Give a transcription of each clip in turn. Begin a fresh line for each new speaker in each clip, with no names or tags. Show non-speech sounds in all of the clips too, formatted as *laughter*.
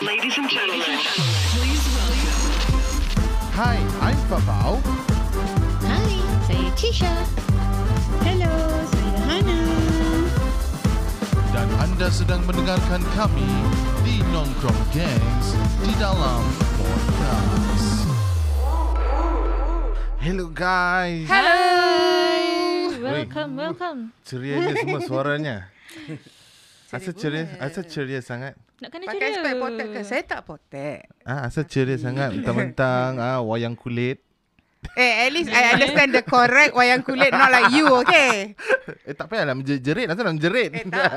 Ladies and gentlemen,
Hi, I'm Babau.
Hi, saya Cisha. Hello, saya Hana.
Dan anda sedang mendengarkan kami di Nongkrong Gangs di dalam podcast. Hello guys.
Hello.
Welcome,
welcome.
Ceria je semua suaranya. Asal ceria, asal ceria sangat.
Nak kena
Pakai spek potek ke? Saya tak potek.
Ah, asal ceria sangat mentang-mentang ah wayang kulit.
Eh, at least I understand the correct wayang kulit, not like you, okay?
Eh tak payah lah menjerit, asal nak menjerit.
Eh, *laughs* tak.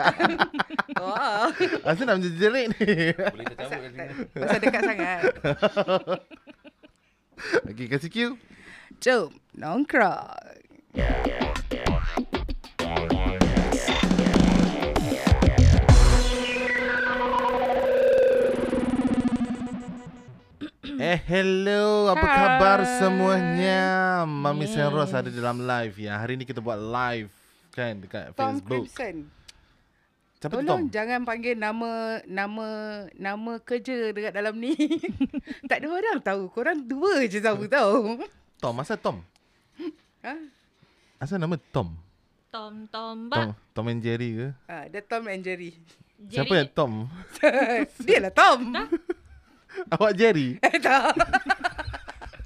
Oh,
asal nak menjerit ni. *laughs*
Boleh tercabut kat sini.
pasal dekat sangat.
Okey, kasih cue.
Jom, nongkrong.
Eh, hello. Apa Hai. khabar semuanya? Mami yes. Senros ada dalam live ya. Hari ni kita buat live kan dekat
Tom
Facebook.
Crimson.
Siapa tu Tom?
Tolong jangan panggil nama nama nama kerja dekat dalam ni. *laughs* tak ada orang tahu. Korang dua je tahu tahu.
Tom, asal
*laughs*
Tom?
Ha?
Asal nama Tom?
Tom Tom
Tom,
Bak.
Tom and Jerry ke?
Ah, dia Tom and Jerry. *laughs*
Jerry.
Siapa yang Tom? *laughs*
dia lah Tom.
Awak Jerry?
Eh, tak.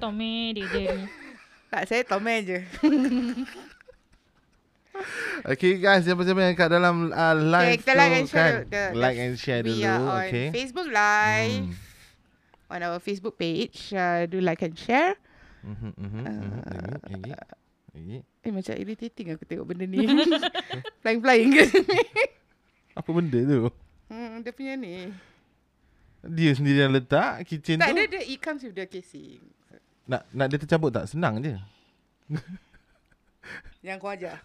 Tom eh, dia Jerry.
*laughs* tak, saya Tom and je.
Okay guys, siapa-siapa yang kat dalam uh,
Okay,
live
kita
tu
like and share.
kan?
the- the-
like and share
we
dulu.
are on
okay. Hmm.
Facebook Live. On our Facebook page. Uh, do like and share.
Mhm,
Uh.
mhm, mhm. Lagi, lagi, lagi.
Eh macam irritating aku tengok benda *laughs* ni. Flying-flying ke?
Apa benda tu?
hmm, dia punya ni.
Dia sendiri yang letak kitchen tu.
Tak, dia, dia, it comes with the casing.
Nak nak dia tercabut tak? Senang je.
Yang kau
*laughs*
ajar.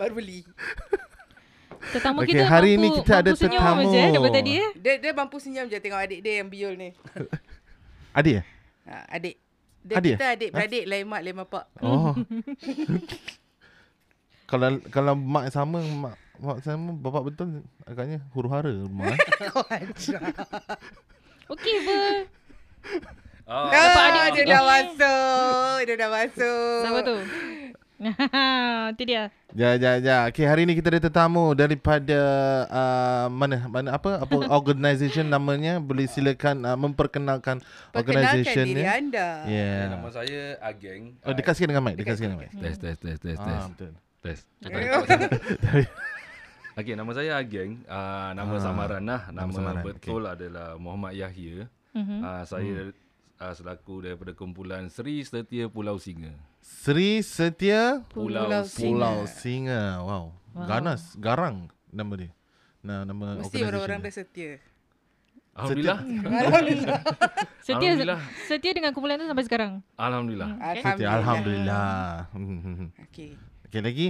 Baru beli.
Tetamu
Okey,
kita
hari ni
mampu,
kita ada
mampu senyum
tetamu.
Je, eh, daripada tadi eh.
Dia, dia mampu senyum je tengok adik dia yang biol ni.
Adik eh?
Ha, adik. Dia
Adik
adik? kita
eh?
adik-beradik lain mak lain bapak.
Oh. *laughs* kalau kalau mak sama mak mak sama bapak betul agaknya huru-hara rumah. eh.
Kau ajar.
Okey
*laughs*
apa?
Oh,
Oh,
adik masuk.
dia dah masuk. Dia dah masuk.
Siapa tu? *laughs* Itu dia.
Ja ja ja. Okey hari ni kita ada tetamu daripada uh, mana mana apa apa organisation namanya boleh silakan uh, memperkenalkan
Perkenalkan
organisation Ya.
diri anda.
Dan
Yeah.
nama saya Ageng.
Oh dekat sikit dengan mic, dekat sikit dengan mic.
Test, test, test, test, test.
Ah, betul.
Test. *laughs* Okey, nama saya Ageng. Uh, nama
Ah,
samaran lah. Nama,
nama samaran,
betul adalah Muhammad Yahya.
Mhm.
Uh, saya
Hmm.
uh, selaku daripada kumpulan Seri Setia Pulau Singa.
Sri Setia
Pulau,
Pulau Singa.
Pulau Singa. Wow. wow. Ganas, garang nama dia. Nah, nama
Mesti
organisation
orang-orang
dia.
dah setia.
Alhamdulillah.
Alhamdulillah.
Setia,
Alhamdulillah.
setia dengan kumpulan tu sampai sekarang.
Alhamdulillah.
Hmm.
Setia, Alhamdulillah. Alhamdulillah. Hmm.
Okey.
Okey lagi.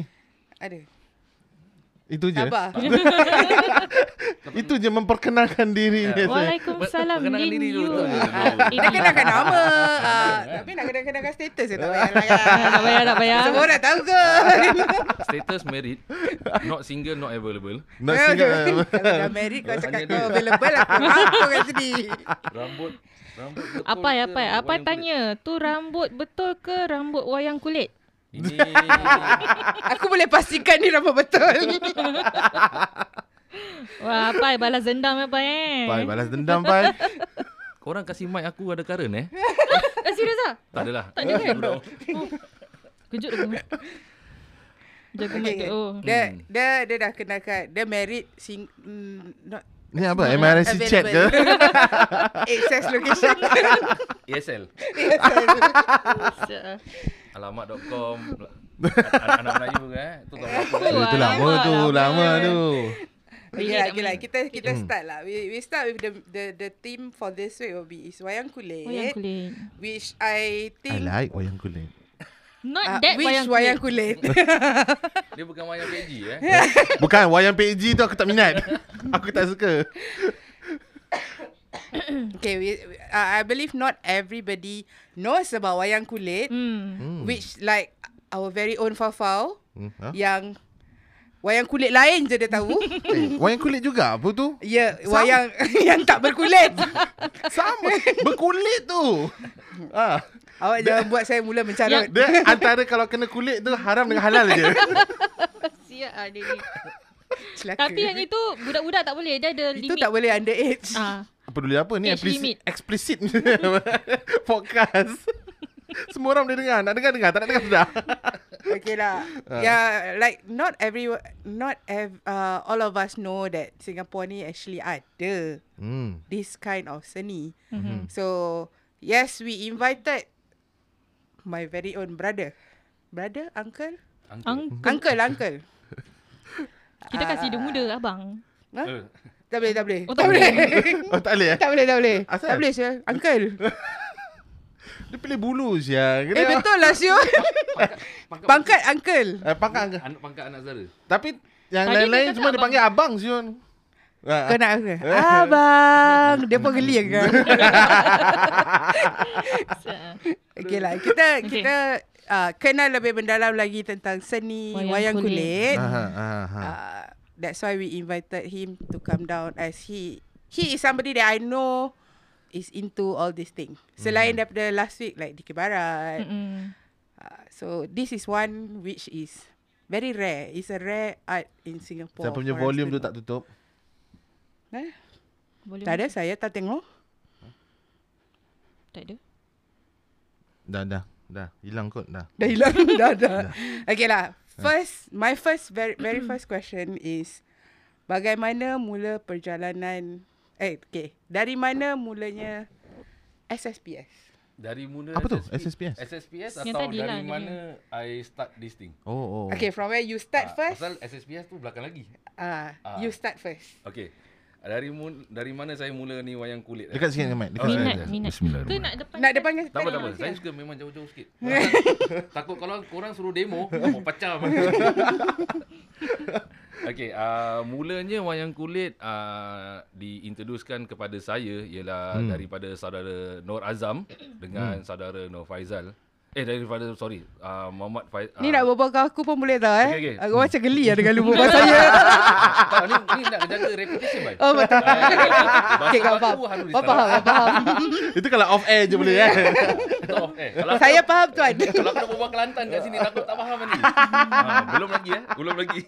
Ada.
Itu je.
Sabar.
Itu je memperkenalkan diri eh. dia. saya.
Waalaikumsalam
Perkenalkan
Lin
diri
you.
dulu. lah.
Nak kenakan nama. Ah, tapi nak kenakan-kenakan status je tak payah lah kan.
Eh, Tak payah, tak payah.
Semua orang tahu ke?
Status married. Not single, not available.
Nak lah, eh. ya. singgah. *laughs*
Kalau dah married kau cakap
Hanya
kau
dia.
available aku aku kat sini.
Rambut. Rambut betul
Apa ya,
ke
apa ya? Apa
wayang kulit?
tanya? Tu rambut betul ke rambut wayang kulit?
*laughs* Ini
Aku boleh pastikan ni nama betul.
Wah, apa balas dendam apa eh?
Pai, balas dendam, Pai.
Korang kasih mic aku ada current eh?
Eh, serius ah?
Tak adalah.
Tak ada kan? Oh. *laughs* Kejut aku. Jaga mic
Okay.
tu. Oh.
Dia dia dia dah kenakan dia married sing mm, not
Ni apa? MRC chat ke? *laughs*
*laughs* Access location.
ESL.
eh.
Sial.
Alamat.com. Anak anak Melayu ke eh? Tu tak apa.
Oh,
Itu lama
alamak,
tu, lama tu.
Okay
Relax
lah, okay lah.
mic.
Kita kita start lah. We we start with the the the theme for this week will be is wayang kulit,
Wayang kulit.
which I
I
think
like wayang kulit.
Not
Ah,
that
which
wayang kulit.
wayang
*laughs*
kulit.
Dia bukan wayang PG eh.
Bukan, wayang PG tu aku tak minat. *laughs* Aku tak suka.
okay, we, uh, I believe not everybody knows about wayang kulit,
Hmm.
which like our very own Fafau
Hmm, ha?
yang Wayang kulit lain je dia
*laughs*
tahu.
Eh, wayang kulit juga apa tu?
Ya,
Sama.
wayang *laughs* yang tak
*laughs*
berkulit.
Sama. Berkulit tu. Ah.
Awak jangan buat saya mula
Yang-
mencarut.
Dia antara kalau kena kulit tu haram dengan halal je.
Siap ah dia
*laughs*
ni.
Celaka.
Tapi yang itu budak-budak tak boleh. Dia ada limit.
itu tak boleh underage.
Ah.
Peduli apa ni?
Age
Explicit,
limit.
explicit *laughs* podcast. *laughs* Semua orang boleh dengar. Nak dengar dengar, tak nak dengar sudah.
Okay lah.
Ah.
Yeah, like not every not ev, uh, all of us know that Singapore ni actually ada
Hmm.
this kind of seni.
Mm-hmm.
Mhm.
So yes, we invited my very own brother, brother, uncle,
Angkat.
Ang,
uncle, uncle.
kita kasih dia muda abang.
Ha?
Eh,
Tak boleh, tak boleh.
Oh, tak boleh.
Oh, tak boleh eh?
*laughs* tak boleh, tak boleh.
Asal?
Tak boleh, sir. Uncle.
Dia pilih bulu siang.
eh,
Kena
betul lah,
*laughs*
sir. Pangkat uncle.
eh, pangkat
Anak pangkat anak Zara.
Tapi yang
Tadi
lain-lain
dia cakap
semua dia
abang.
panggil abang Zion.
Kau
Ha.
nak
*laughs*
apa? Abang. Dia pun geli kan? Okey lah. Kita,
Okey.
kita uh, kenal lebih mendalam lagi tentang seni
Wayang
wayang,
kulit.
kulit.
Aha, aha, aha.
Ah,
Uh, that's why we invited him to come down as he he is somebody that I know is into all this thing. Selain
Hmm.
daripada last week like Dikir Barat.
Mm-mm.
Uh, so this is one which is very rare. It's a rare art in Singapore.
Saya punya
for us
volume
to
tu
know.
tak tutup.
Eh?
Boleh
Tak ada saya tak tengok.
Tak ada.
Dah dah dah hilang kot dah.
Dah
*laughs*
hilang dah dah. Okay lah. First, my first very very first question is bagaimana mula perjalanan eh okay, dari mana mulanya SSPS?
Dari mula
Apa tu? SSPS?
SSPS
Yang
atau
tadi lah
dari
dia
mana I start this thing?
Oh oh.
Okay, from where you start
Ah,
first?
Pasal SSPS tu belakang lagi.
Ah,
Ah.
you start first.
Okey. Dari mu- dari mana saya mula ni wayang kulit? eh?
Dekat sikit dengan mic. Dekat
Oh,
sikit.
Minat,
ada.
minat. Tu
Bismillahirrahmanirrahim.
nak depan.
Nak depan ke?
Tak apa, tak apa. Saya suka memang jauh-jauh *laughs* sikit. Takut kalau korang suruh demo, oh, pecah. *laughs* Okey, uh, mulanya wayang kulit uh, diintroducekan kepada saya ialah hmm. daripada saudara Nur Azam dengan hmm. saudara Nur Faizal. Eh, daripada, sorry, uh, Muhammad Faizal.
Ni nak berbual kau aku pun boleh tau eh.
Okey, okey.
Aku macam geli lah dengan lu berbual saya.
*laughs* tak, ni, ni nak jaga reputation, Bai. *laughs*
Oh betul.
ya,
*laughs*
Bahasa
Okey, kau faham.
baru harus
Kau faham, kau faham.
*laughs* Itu kalau off air je boleh
*laughs*
eh.
Oh, eh, kalau aku-
Saya faham
*laughs*
tuan.
Kalau aku nak berbual Kelantan kat sini takut tak faham
*laughs*
ni. ha, belum lagi eh. Belum lagi.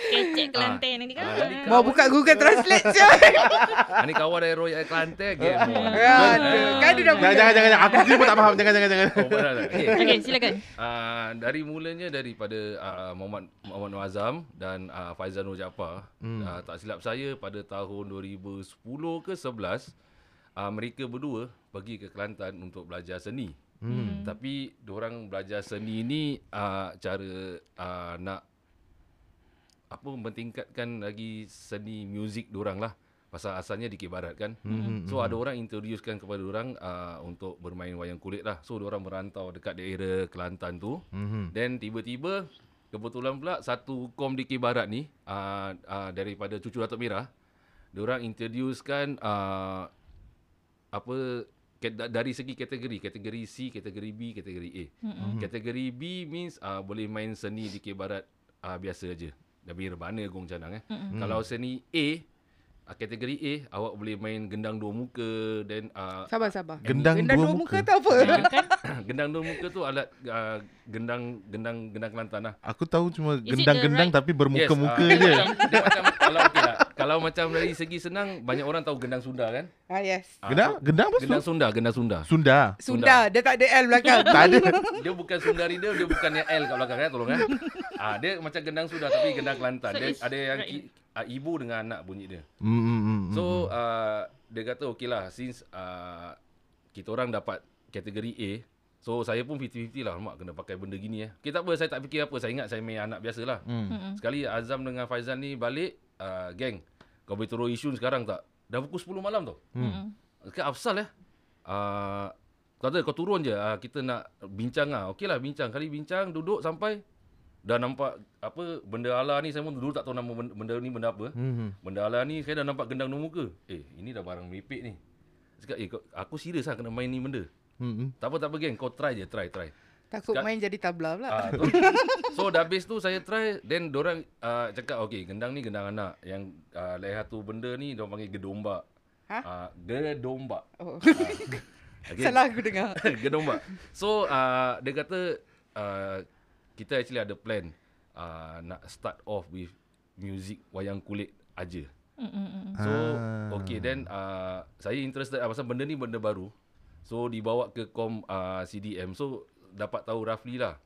Kecek Kelantan nanti kan.
Ah, jadi kau-
Mau buka Google Translate je.
Ha, ni kawan dari Royal Air Kelantan game. Ah,
Ya, aduh. kan dia dah
Jangan jangan jangan. jangan. Aku sendiri pun tak faham. Jangan jangan jangan.
Oh, benar tak? Okay.
Okey, silakan.
Uh, dari mulanya daripada uh, Muhammad Muhammad Nur Azam dan uh, Faizal Nur Jaafar. Hmm. Uh, tak silap saya pada tahun 2010 ke 11 uh, mereka berdua pergi ke Kelantan untuk belajar seni. Hmm. Tapi orang belajar seni ni uh, cara uh, nak apa mempentingkan lagi seni muzik orang lah. Pasal asalnya di Barat kan. Mm-hmm. So ada orang introducekan kepada orang uh, untuk bermain wayang kulit lah. So orang merantau dekat daerah Kelantan tu.
Mhm.
Then tiba-tiba kebetulan pula satu hukum di Barat ni uh, uh, daripada cucu Datuk Mira, orang introducekan uh, apa ke- da- dari segi kategori, kategori C, kategori B, kategori A. Mm-hmm. Kategori B means uh, boleh main seni di Barat uh, biasa aja. Tapi rebana gong canang eh. Mm-hmm. Kalau seni A uh, kategori A awak boleh main gendang dua muka then uh,
Sabar, sabar.
Gendang dua muka.
tak
*laughs*
apa.
*coughs* gendang dua muka tu alat uh, gendang gendang gendang Kelantan lah.
Aku tahu cuma
Is it the
gendang-gendang
right-
tapi bermuka-muka
ah,
je.
Dia macam, dia macam kalau okay lah, kalau macam dari segi senang banyak orang tahu gendang Sunda kan?
Ah, yes.
Ah,
Gendang?
so,
Gendang apa?
gendang Sunda, gendang Sunda. *laughs*
Sunda.
Sunda. Dia tak ada L belakang.
Tak ada.
Dia bukan Sunda Rida, dia bukannya L kat belakang kan, tolong kan. Ah dia macam gendang Sunda tapi gendang Kelantan.
So
Dia
it's
ada yang
right.
ki, ah, ibu dengan anak bunyi dia.
Hmm, hmm, hmm, hmm.
So uh, dia kata okey lah since uh, kita orang dapat kategori A So saya pun 50-50 lah Mak kena pakai benda gini eh Okay tak apa saya tak fikir apa Saya ingat saya main anak biasa lah hmm. Sekali Azam dengan Faizal ni balik uh, Geng kau boleh turun isu sekarang tak? Dah pukul 10 malam tau
Mm-mm.
Dekat Afsal eh uh, Kata kau turun je uh, Kita nak bincang lah Okey lah bincang Kali bincang duduk sampai Dah nampak apa benda ala ni Saya pun dulu tak tahu nama benda, benda ni benda apa
Hmm, hmm.
Benda ala ni saya dah nampak gendang dua muka. Eh, ini dah barang meripik ni. Saya cakap, eh, kau, aku serius lah kena main ni benda.
Hmm, hmm.
Tak apa, tak apa geng. Kau try je, try, try.
Takut
Sekal-
main jadi tabla pula.
Ah, tu. so dah habis tu saya try Then dorang uh, cakap Okay gendang ni gendang anak Yang uh, lain satu benda ni Diorang panggil gedombak
Ha?
uh, Gedombak Ah,
Oh.
okay.
Salah aku dengar.
*laughs* Gedombak So uh, dia kata uh, Kita actually ada plan uh, Nak start off with Music wayang kulit aja
*laughs*
So
Ah.
okay then uh, Saya interested lah Pasal benda ni benda baru So dibawa ke kom uh, CDM So dapat tahu roughly lah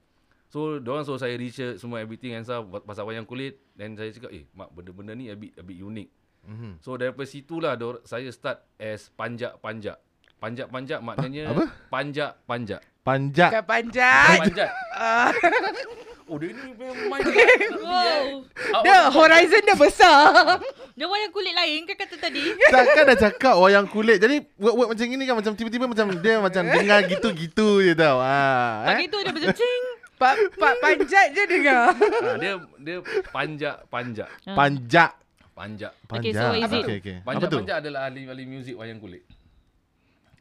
So diorang suruh saya research Semua everything and stuff Pasal wayang kulit Then saya cakap Eh mak benda-benda ni a bit, a bit unique
Mhm.
So daripada situlah dor- saya start as panjak-panjak. Panjak-panjak maknanya
apa?
panjak-panjak.
Panjat.
Bukan panjat.
*laughs*
Panjat. oh dia ni memang main dia.
Wow.
Dia horizon dia besar.
Dia wayang kulit lain ke kata tadi?
Takkan dah cakap wayang kulit. Jadi word-word macam ini kan macam tiba-tiba macam dia macam
*laughs*
dengar gitu-gitu je tau. Ha. Eh?
Pagi tu dia macam cing.
Pa, pa, panjat je dengar.
Ah, dia dia panjak-panjak.
Panjat.
Panjak.
Panjat.
Hmm. Okay, so what is it?
Okay, okay. Apa tu?
Panjak-panjak adalah ahli-ahli muzik wayang kulit.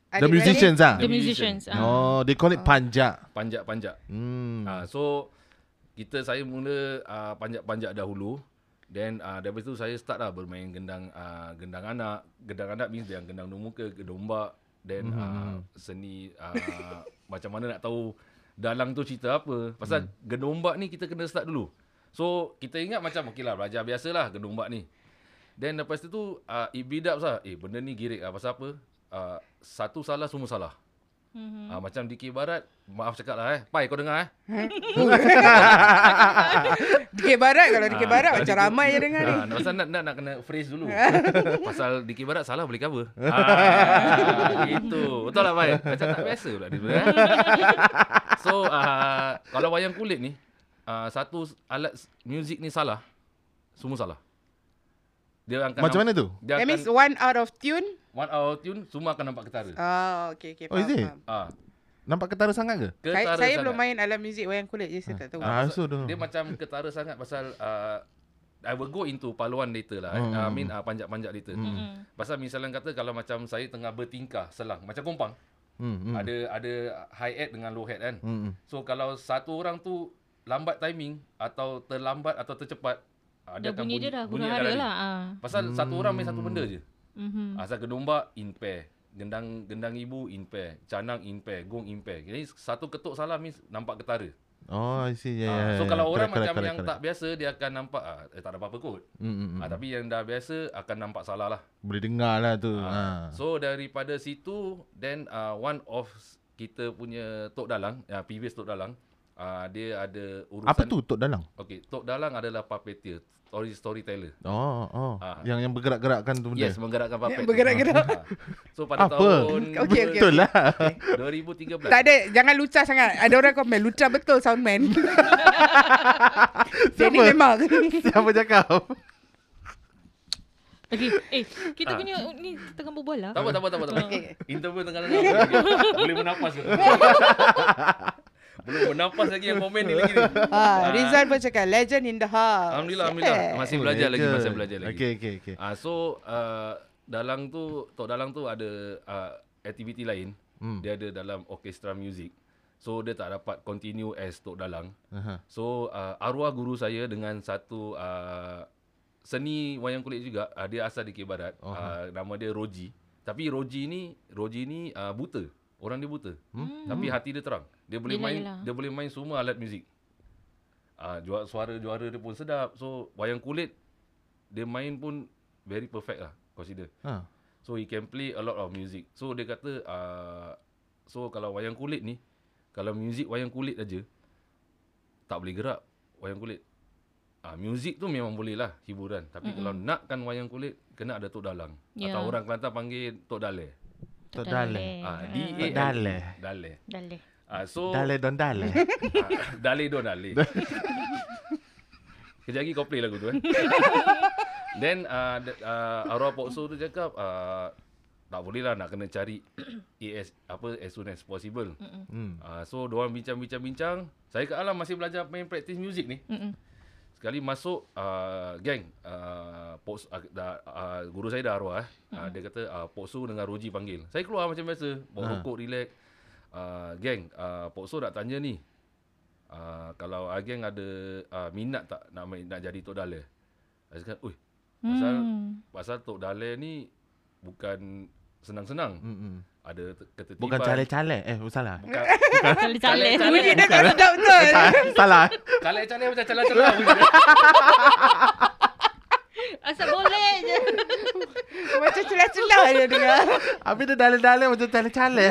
The musicians ah.
The musicians. ah.
Oh, they call it panjat.
Panjak-panjak.
Hmm.
Ah, so kita saya mula ah, panjat-panjak dahulu. Then uh, daripada tu saya start lah bermain gendang uh, gendang anak. Gendang anak means yang gendang dua muka, gedombak. Then mm-hmm. uh, seni uh, *laughs* macam mana nak tahu dalang tu cerita apa. Pasal mm. gedombak ni kita kena start dulu. So kita ingat macam okey lah belajar biasa lah gedombak ni. Then lepas tu tu uh, it build up lah. Eh benda ni girik lah. Pasal apa? Uh, satu salah semua salah. Mm-hmm. Uh, macam DK Barat, maaf cakap lah eh. Pai kau dengar eh.
Dikit Barat kalau Dikit
Ah,
Barat
kalau
macam
Dikir-
ramai je dengar ni.
Ah, nak- pasal nak, nak, nak kena phrase
*laughs*
dulu. pasal dikit barat salah boleh cover. ah, gitu. Betul lah, Mai. Macam tak biasa pula dia. *laughs* Eh? so, ah, kalau wayang kulit ni, ah, satu alat s- muzik ni salah, semua salah. Dia akan
Macam mana tu?
Dia
That
akan,
means one out of tune.
one hour tune, semua akan nampak ketara.
Oh, okay, okay.
Oh, is
faham,
it?
faham.
Ah,
Nampak ketara sangat ke?
Saya,
ketara
saya
sangat.
belum main alam muzik wayang kulit je, saya tak tahu.
Ah, I
pasal-
also don't know.
Dia macam ketara sangat pasal uh, I will go into paluan later lah. Eh.
Hmm.
I mean uh, panjat-panjat later.
Mm-mm.
Pasal misalnya kata kalau macam saya tengah bertingkah selang macam kompang.
Hmm. hmm,
Ada ada high hat dengan low hat kan.
Hmm. hmm.
So kalau satu orang tu lambat timing atau terlambat atau tercepat uh,
Dia bunyi dia dah huru
bunyi akan
hara
lari.
lah. ah.
Pasal hmm. satu orang main satu benda je.
Mhm.
Asal gedombak in pair. Gendang gendang ibu in pair. Canang in pair. Gong in pair. Jadi satu ketuk salah means nampak ketara.
Oh, I see. Yeah, yeah,
Ah,
yeah.
so kalau orang
Correct,
macam
correct,
yang tak
correct.
biasa dia akan nampak ah, eh, tak ada apa-apa kot.
Hmm, hmm, hmm.
Ah, tapi yang dah biasa akan nampak salah lah.
Boleh dengar lah tu.
Ah,
Ha.
So daripada situ then uh, one of s- kita punya tok dalang, uh, previous tok dalang, uh, dia ada urusan
Apa tu Tok Dalang?
Okey, tok dalang adalah puppeteer, story storyteller.
Oh, oh.
Ah.
Yang yang bergerak-gerakkan tu benda.
Yes, menggerakkan puppet.
Yang bergerak-gerak.
Ah. So pada
Apa?
tahun
Okey, okey.
Betul lah.
2013.
Tak ada, jangan lucah sangat. Ada orang komen, lucah
*laughs*
betul soundman. Dia ni
Siapa?
memang.
*laughs* *laughs* Siapa cakap?
Okay. Eh, kita punya ni tengah berbual lah.
Tak apa, tak apa, tak apa. Tak apa.
Okey.
Interview tengah tengah. Boleh bernafas.
*laughs*
ke? Belum bernafas lagi yang komen ni lagi ni.
Ah, Rizal pun cakap, legend in the house. Eh,
Alhamdulillah, alhamdulillah.
Yeah.
Masih belajar lagi, masih belajar lagi.
Okay, okay, okay.
Ah so uh, dalang tu tok dalang tu ada uh, aktiviti lain.
Hmm.
Hmm. Dia ada dalam orkestra music. So dia tak dapat continue as tok dalang.
Aha.
So uh, arwah guru saya dengan satu uh, seni wayang kulit juga, uh, dia asal di Barat. Oh. Uh, nama dia Roji. Tapi Roji ni Roji ni uh, buta. Orang dia buta. Hmm. Tapi hati dia terang. Dia boleh
Yelah,
main
yelah.
dia boleh main semua alat muzik. Uh, juara suara-juara dia pun sedap. So wayang kulit dia main pun very perfect lah consider.
Ha.
So he can play a lot of music. So dia kata uh, so kalau wayang kulit ni kalau music wayang kulit aja tak boleh gerak wayang kulit. Ah uh, music tu memang boleh lah hiburan. Tapi mm-hmm. kalau nakkan wayang kulit kena ada tok dalang
Ya.
yeah. atau orang Kelantan panggil tok dale.
Tok Dalang.
Ah D A
di.
L-
Dale.
Dale.
Dale.
Ah so
Dale don
*laughs*
dale.
Ah, Dale do Dale. Kejap lagi kau play lagu tu eh. Then uh, the- uh, arwah Pokso tu cakap uh, tak boleh lah nak kena cari *clears throat* AS apa as soon as possible.
Hmm.
Uh, so diorang bincang-bincang-bincang. Saya kat Alam masih belajar main practice music ni.
Mm-mm.
Sekali masuk uh, geng uh, Pokso, uh, dah, uh, guru saya dah arwah eh. Uh, dia kata uh, Pokso dengan Roji Ah, panggil. Saya keluar macam biasa, bawa rokok relax. Uh, geng, uh, Pokso nak tanya ni. uh, kalau Ageng ada uh, minat tak nak main, nak jadi Tok Dale? Aziz kata, ui, pasal, hmm. pasal Tok Dale ni bukan senang-senang. Hmm.
Mm-mm.
Ada te- ketertiban.
Bukan calek-calek Eh salah
*laughs* Bukan,
Calek-calek.
Bunyi dia tak sedap betul.
Tak, Salah
calek-calek macam lah. calak-calak.
Asal boleh je.
Macam celah-celah dia dengar.
Habis dia dalek-dalek Macam calek-calek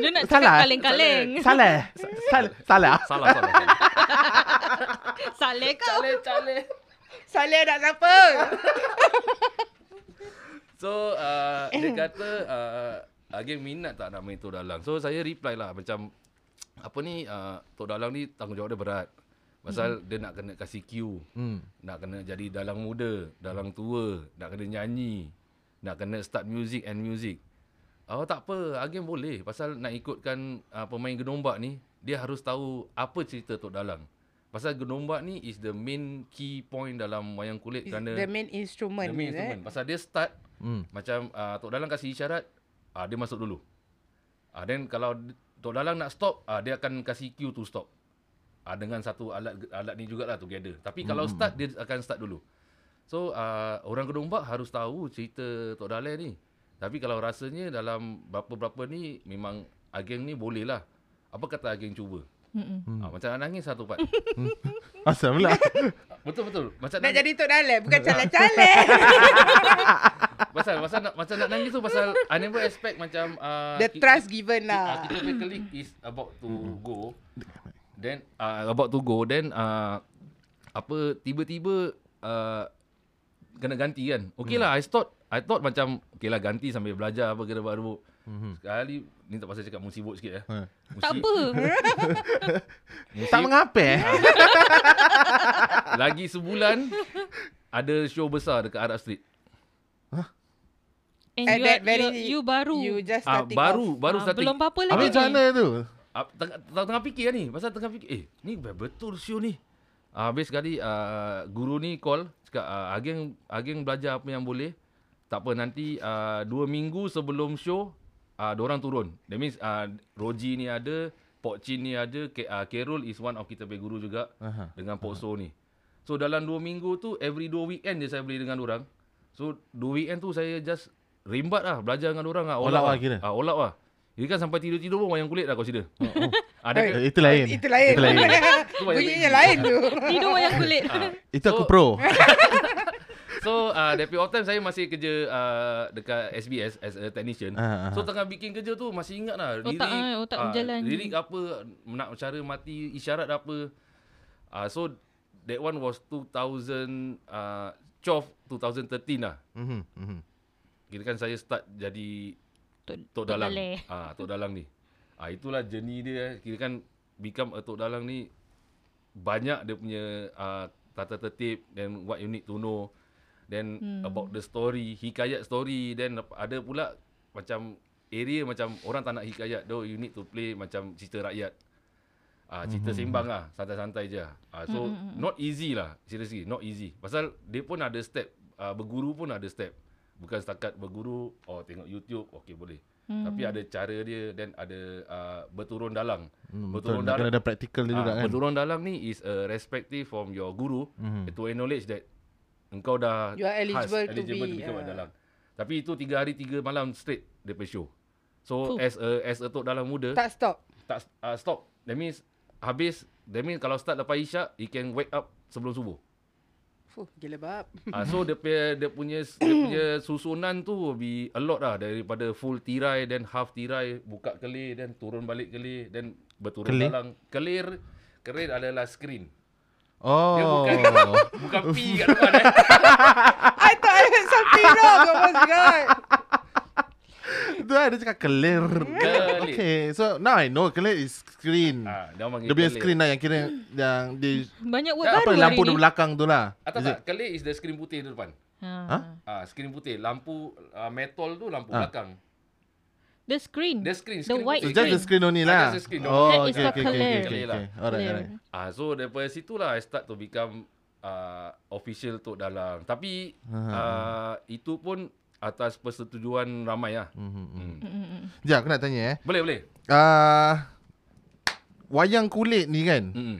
Dia
Salah.
nak cakap kaleng-kaleng.
Salah Salah Salah
salah, salah. salah.
Saleh kau.
Calek-calek.
Saleh nak siapa?
So uh, dia kata uh, Ageng minat tak nak main Tok Dalang So saya reply lah macam Apa ni uh, Tok Dalang ni tanggungjawab dia berat Pasal dia nak kena kasih cue
Hmm.
Nak kena jadi dalang muda Dalang tua Nak kena nyanyi Nak kena start music and music Oh tak apa Ageng boleh Pasal nak ikutkan uh, Pemain genombak ni Dia harus tahu Apa cerita Tok Dalang Pasal genombak ni is the main key point dalam wayang kulit
It's
kerana
The main instrument.
the
is
main
it?
instrument. Pasal dia start
Hmm.
macam uh, Tok Dalang kasih isyarat, uh, dia masuk dulu. Uh, then kalau d- Tok Dalang nak stop, uh, dia akan kasih cue to stop. Uh, dengan satu alat alat ni jugalah together. Tapi kalau start, dia akan start dulu. So, uh, orang Kedombak harus tahu cerita Tok Dalang ni. Tapi kalau rasanya dalam berapa-berapa ni, memang Ageng ni boleh lah. Apa kata Ageng cuba?
Mm-mm.
Hmm. macam nak nangis satu part.
Asal *laughs* pula
Betul-betul. Macam
Nak
nangis.
jadi Tok Dalek bukan
*laughs* Ah,
calek-calek.
Pasal, pasal, nak, macam nak nangis tu pasal I never expect macam uh,
The
ki-
trust given
Ah,
lah.
kita punya colleague is about to go. Then uh, about to go then uh, apa tiba-tiba uh, kena ganti kan. Okay lah I thought I thought macam okay lah ganti sambil belajar apa kena baru. Sekali ni tak pasal cakap musibuk sikit eh.
Ha.
Tak apa.
Musib,
Tak mengapa eh
lagi sebulan ada show besar dekat Arab Street.
And
At
you,
that
are-
very-
you, you baru.
You just
Ah,
starting off.
baru baru
Ah,
starting.
Belum apa-apa lagi.
Habis macam mana tu
Ah, tengah, tengah, tengah fikir ni Pasal tengah fikir Eh ni betul show ni ah, Habis sekali ah, Guru ni call Cakap ah, Ageng Ageng belajar apa yang boleh Tak apa nanti ah, Dua minggu sebelum show ah, Diorang turun That means ah, Roji ni ada Pok Chin ni ada Ke, ah, Carol is one of kita punya guru juga
Aha.
Dengan Pok So ni So dalam dua minggu tu Every dua weekend je saya boleh dengan orang. So dua weekend tu saya just Rimbat lah Belajar dengan orang lah
All out lah kira. Oh,
Ah, All out lah Dia kan sampai tidur-tidur pun Wayang kulit dah consider *laughs* Ah, Ada
Eh, Itu lain
Itu lain.
Itu
*laughs*
*laughs*
lain
Tu banyak
Bunyinya
benda.
lain tu.
Tidur wayang kulit.
Ah.
Itu aku
So- *laughs*
pro
So uh, dari period of time saya masih kerja uh, dekat SBS as a technician.
Ah, ah,
So tengah bikin kerja tu masih ingat lah
Otak, eh, otak
ah,
berjalan.
Lirik apa nak cara mati isyarat apa. Uh, so that one was 2000 uh, 12 2013 lah.
Mhm, mhm.
Kira kan saya start jadi Tok Dalang. Ah, Tok Dalang ni. Ah, itulah journey dia. eh. Kira kan become a Tok Dalang ni banyak dia punya ah, tata tertib then what you need to know then hmm. about the story, hikayat story then ap- ada pula macam area macam orang tak nak hikayat though you need to play macam cerita rakyat. Ah,
Mhm,
cerita mm-hmm. sembang lah, santai-santai je. lah. Ah, so
Mhm,
mm-hmm. not easy lah, seriously not easy. Pasal dia pun ada step, ah, berguru pun ada step. Bukan setakat berguru, oh tengok YouTube, okey boleh.
Mhm.
Mm. Tapi ada cara dia dan ada ah, berturun dalang.
Hmm,
Mm,
Betul
berturun
Nak kena
dalang.
ada practical dia juga
ah,
kan
Berturun dalang ni is a respective from your guru
Mhm.
mm-hmm. to acknowledge that engkau dah
You are
khas,
eligible to
eligible
be,
to become a
ah.
dalang. Tapi itu tiga hari tiga malam straight dia punya show. So
Fuh.
as a as a tok dalang muda
Tak stop.
tak uh, stop. That means habis. That means kalau start lepas isyak, you can wake up sebelum subuh.
Fuh, gila bab.
Uh, so dia punya dia punya dia
*coughs*
punya susunan tu will be a lot lah daripada full tirai then half tirai buka kelir then turun balik kelir then berturun
Kelir?
dalam kelir kelir adalah screen
Oh
dia bukan *laughs* bukan P kat depan eh.
I thought I heard something wrong. Oh my god.
*laughs* Itu lah dia cakap kelir
Kelir.
Okay So now I know Kelir is screen
Ah, dia orang panggil
Dia punya
kelir.
screen lah yang kira Yang di
Banyak word
Apa
baru hari
lampu
ni.
di belakang tu lah
Ah, tak,
Is
tak.
it-
Kelir is the screen putih di depan.
Ha?
Ha?
Ah, screen putih, lampu ah, metal tu lampu
Ah.
belakang.
The screen.
The screen,
The
screen
white
So
putih.
just the screen only lah
Ah, just the screen only.
Oh
That is
okay okay okay,
called kelir.
okay, okay.
Kelir. lah.
Alright
Clear.
alright
Ah so daripada situ lah I start to become uh, official Tok Dalang. Tapi uh, itu pun atas persetujuan ramai lah.
Mhm, mhm.
Hmm.
Mm-mm.
Sekejap aku nak tanya eh
Boleh boleh.
Ah, Wayang kulit ni kan
Hmm.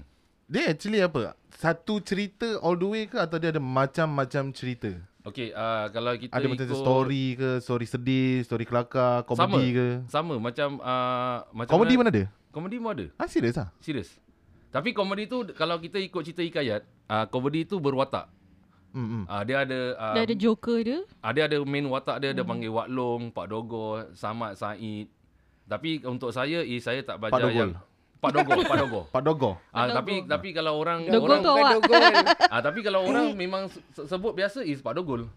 Dia actually apa? Satu cerita all the way ke atau dia ada macam-macam cerita?
Okey, uh, kalau kita
Ada
ikut
macam story ke, story sedih, story kelakar, komedi
sama,
ke?
Sama macam uh, macam
Komedi mana ada?
Komedi pun ada.
Ah serius ah?
Serius. Tapi komedi tu kalau kita ikut cerita hikayat, uh, komedi tu berwatak.
Hmm. hmm.
Uh, dia ada uh,
Dia ada joker dia.
Ah, dia ada main watak dia,
Hmm.
dia panggil Wak Long, Pak Dogo, Samad, Said. Tapi untuk saya, eh, saya tak
Pak
belajar
Dogol.
yang... Pak
*laughs*
Dogo, Pak Dogo.
Pak Dogo.
Ah,
Dogo.
tapi tapi kalau orang
Dogo
orang
tu awak.
ah, tapi
*laughs*
kalau orang memang se- sebut biasa is Pak Dogol.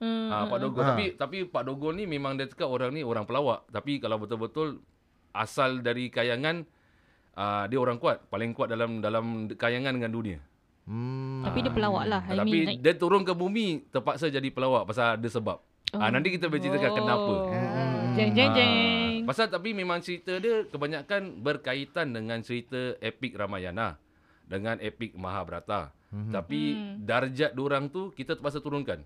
Hmm.
Ah, Pak Dogol.
Ha.
Tapi tapi Pak Dogol ni memang dia cakap orang ni orang pelawak. Tapi kalau betul-betul asal dari kayangan ah, dia orang kuat, paling kuat dalam dalam kayangan dengan dunia.
Hmm.
Tapi dia pelawak lah. I
Ah, tapi
mean, like,
dia turun ke bumi terpaksa jadi pelawak pasal ada sebab. Ah, nanti kita berceritakan kenapa.
oh. Jeng Oh. jeng jeng.
Ah, pasal tapi memang cerita dia kebanyakan berkaitan dengan cerita epik Ramayana dengan epik Mahabharata. Mm-hmm. Tapi
Hmm.
darjat diorang tu kita terpaksa turunkan.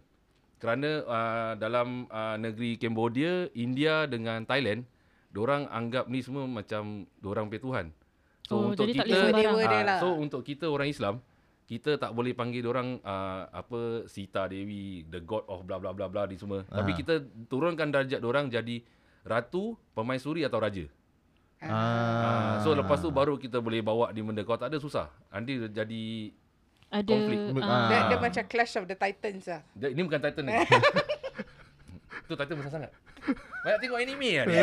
Kerana uh, dalam uh, negeri Cambodia, India dengan Thailand, diorang anggap ni semua macam diorang punya Tuhan. So
Oh,
untuk
jadi tak
kita
boleh sembarang.
Dewa dia
ah,
lah.
so untuk kita orang Islam, kita tak boleh panggil orang uh, apa Sita Dewi, the god of bla bla bla bla ni semua. Tapi
Ah.
kita turunkan darjat orang jadi ratu, permaisuri atau raja.
Ah.
Ah. so lepas tu baru kita boleh bawa di benda kau tak ada susah. Nanti dia jadi
Ada
konflik.
Ah.
Dia, dia macam Clash of the Titans lah.
dia, ini
*laughs*
bukan Titan ni. tu Titan besar sangat. Banyak tengok anime
*laughs*
kan. ni.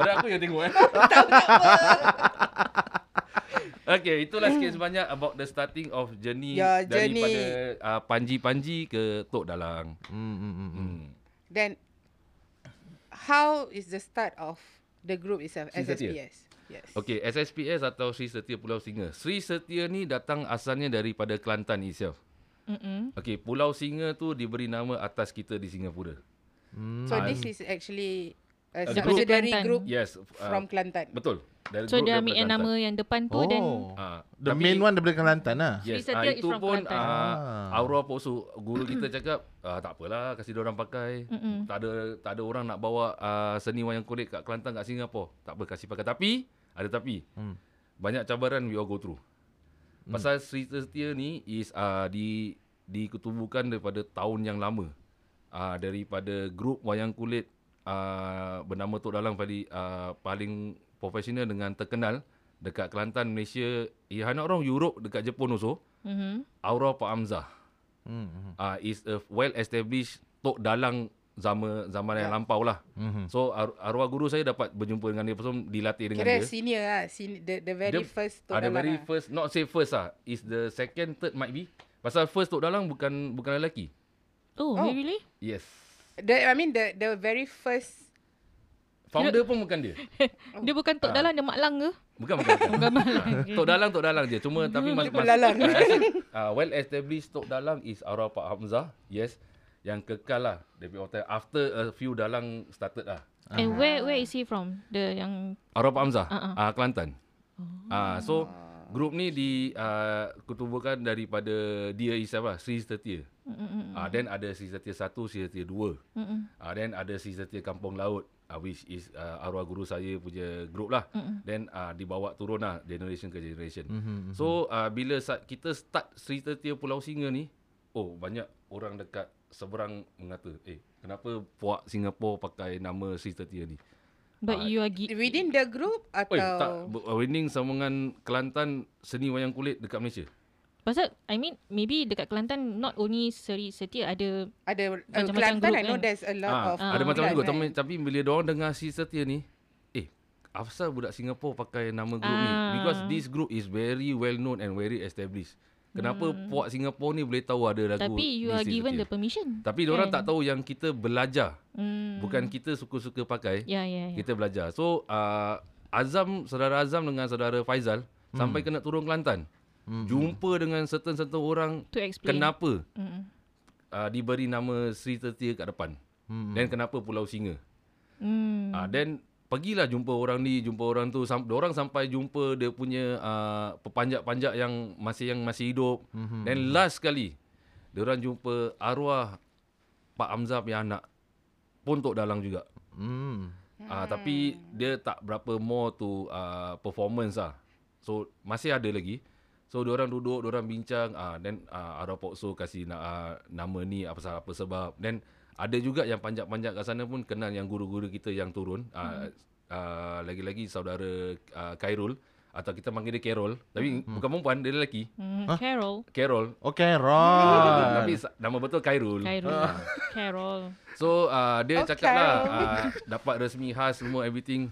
Padahal aku yang tengok eh. Okay, itulah sikit sebanyak about the starting of journey
Ya,
daripada
journey.
uh, Panji-Panji ke Tok Dalang.
Hmm. hmm, hmm, hmm.
Hmm.
Then, how is the start of the group itself?
Since the year.
SSPS. Yes.
Okay, SSPS atau Sri Setia Pulau Singa. Sri Setia ni datang asalnya daripada Kelantan itself.
Mm-mm.
Okay, Pulau Singa tu diberi nama atas kita di Singapura.
So this is actually a
Mm, A group.
subsidiary
Kelantan.
group
Yes, ah,
from Kelantan.
betul. Dari
So
group
dia
daripada
ambil yang
Kelantan.
nama yang depan tu
Oh.
dan
Ah,
The
tapi-
main one daripada Kelantan lah.
Yes,
Sri
ah,
Setia is
itu
from
pun
Kelantan.
ah, Aura Posu guru kita cakap ah, tak apalah kasih dia orang pakai.
Mm-mm.
Tak ada tak ada orang nak bawa ah, seni wayang kulit kat Kelantan kat Singapura. Tak apa kasih pakai tapi ada tapi.
Hmm.
Banyak cabaran we all go through. Pasal Sri Setia ni is ah, di diketubuhkan daripada tahun yang lama. Ah, daripada grup wayang kulit ah, bernama Tok Dalang paling ah, paling profesional dengan terkenal dekat Kelantan, Malaysia, ya I'm not wrong, Europe, dekat Jepun also.
Mhm.
Aura Pak Hamzah
Hmm. hmm,
uh, is a well established tok dalang zaman zaman
Ya.
yang lampau lah.
Mhm.
So ar- arwah guru saya dapat berjumpa dengan dia pasal dilatih dengan
Kira
dia.
senior lah. Sen- the, the very
Dia-
first Tok
Ah, the
Dalang
very
lah.
first not say first ah is the second third might be. Pasal first tok dalang bukan bukan lelaki.
Oh,
Oh.
really?
Yes.
The, I mean the the very first
Founder pun bukan dia.
Dia bukan Tok Dalang, dia Mak Lang ke?
Bukan bukan.
*laughs*
bukan. Ah, tok dalang tok dalang je. Cuma tapi mas, mas, *laughs*
belalang.
uh, well established tok dalang is Aura Pak Hamzah. Yes. Yang kekal lah Dari hotel After a few dalang started lah
And where where is he from? The yang
Arab Hamzah
Ah, Oh.
uh-uh. uh, Kelantan. Ah uh, so grup ni di uh, kutubuhkan daripada dia Isaf lah, Sri Setia. Ah uh, then ada Sri Setia 1, Sri Setia 2. Ah
Mm-mm.
uh, then ada Sri Setia Kampung Laut uh, which is uh, arwah guru saya punya grup lah. Then uh, dibawa turun lah generation ke generation. So uh, bila sa- kita start Sri Setia Pulau Singa ni, oh banyak orang dekat seberang mengata, eh kenapa puak Singapura pakai nama Sri Setia ni?
but you are gi-
within the group atau
Oi, tak bu- winning sambungan Kelantan seni wayang kulit dekat Malaysia.
Pasal I mean maybe dekat Kelantan not only Seri Setia ada
ada uh,
Macam-macam
Kelantan I
group
know
kan?
there's a lot
Ah,
of
ada macam tu kot.
Kelantan.
tapi, tapi bila dia orang dengar si Setia ni, eh, asal budak Singapura pakai nama group ni?
Ah.
Because this group is very well known and very established. Kenapa puak Singapura ni boleh tahu ada lagu
Hmm. tapi you
ni
are
Si
given the
Setia?
permission.
Tapi dia orang tak tahu yang kita belajar.
Hmm.
Bukan kita suka-suka pakai.
Ya ya ya.
Kita belajar. So, uh, Azam, saudara Azam dengan saudara Faizal sampai kena turun Kelantan. Jumpa dengan certain-certain orang
To explain.
kenapa
Mm-mm.
uh, diberi nama Sri Setia kat depan.
Hmm.
Dan kenapa Pulau Singa.
Hmm.
Ah then pergilah jumpa orang ni, jumpa orang tu, sam- orang sampai jumpa dia punya uh, pepanjat-panjat yang masih yang masih hidup. Mm-hmm. Then last sekali dia orang jumpa arwah Pak Hamzah punya anak pun Tok Dalang juga.
Hmm.
Ah tapi dia tak berapa more to uh, ah, performance lah. So masih ada lagi. So diorang duduk, diorang bincang ah then ah Ara Pokso kasih nak ah, nama ni apa sebab apa sebab. Then ada juga yang panjat-panjat kat sana pun kenal yang guru-guru kita yang turun. Ah ah, lagi-lagi saudara ah, Khairul atau kita panggil dia Carol. Tapi bukan perempuan, dia lelaki.
Hmm, Carol.
Carol.
Okay,
Tapi *laughs*
Ron.
sa- nama betul Khairul.
Khairul. Carol.
So uh, dia
Okay.
okay. cakap lah uh, dapat resmi khas semua everything.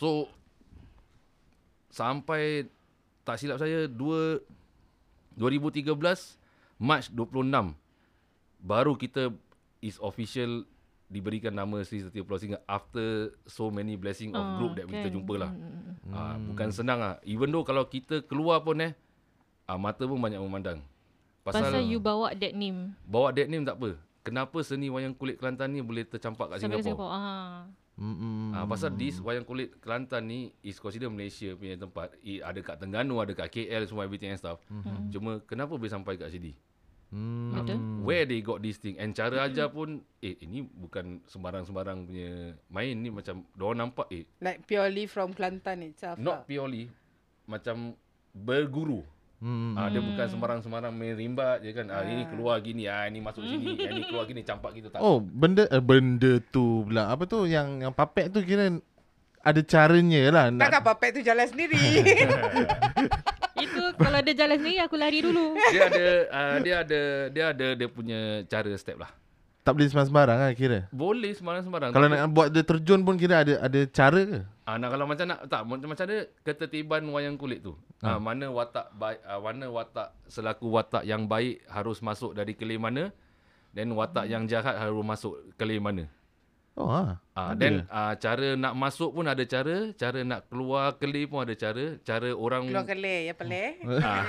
So sampai tak silap saya 2 2013 March 26 baru kita is official diberikan nama Sri Setia Pulau Singa after so many blessing of
Ah,
group that kita
kan.
jumpa lah.
Hmm, hmm, hmm.
Hmm. Uh, bukan senang ah. Even though kalau kita keluar pun eh uh, mata pun banyak memandang.
Pasal you bawa that name.
Bawa dead name tak apa. Kenapa seni wayang kulit Kelantan ni boleh tercampak kat
Sampai
Singapura?
ke Singapura. Ah.
Mm-mm.
Ah, pasal this wayang kulit Kelantan ni is consider Malaysia punya tempat. I, ada kat Terengganu, ada kat KL semua everything and stuff. Mm-hmm. Cuma kenapa boleh sampai kat sini? Hmm.
Mm.
Betul.
Where they got this thing and cara ajar pun eh ini bukan sembarang-sembarang punya main ni macam diorang nampak eh
Like purely from Kelantan itself. lah.
not
Not
purely macam berguru.
Mm.
Ah, dia bukan sembarang-sembarang main rimbat je kan. Ah, ini keluar gini, ah ini masuk sini, ah, ini keluar gini campak gitu tak.
Oh, benda eh, benda tu pula. Apa tu yang yang papek tu kira ada caranya lah nak
Takkan papet tu jalan
*laughs*
sendiri.
Itu kalau dia jalan sendiri aku lari dulu.
dia ada uh, dia ada dia ada dia punya cara step lah.
tak boleh sembarang-sembarang lah kira.
Boleh sembarang-sembarang.
Kalau nak buat dia terjun pun kira ada ada cara ke?
ah, nak kalau macam nak tak macam macam ada ketertiban wayang kulit tu.
Ha.
Ah, mana watak baik ah, mana watak selaku watak yang baik harus masuk dari kelir mana dan watak yang jahat harus masuk kelir mana.
Oh ha.
Ah,
Ada.
dan ah, cara nak masuk pun ada cara, cara nak keluar kelir pun ada cara, cara orang
Keluar kelih, ya
*laughs*
pelih.
Ah,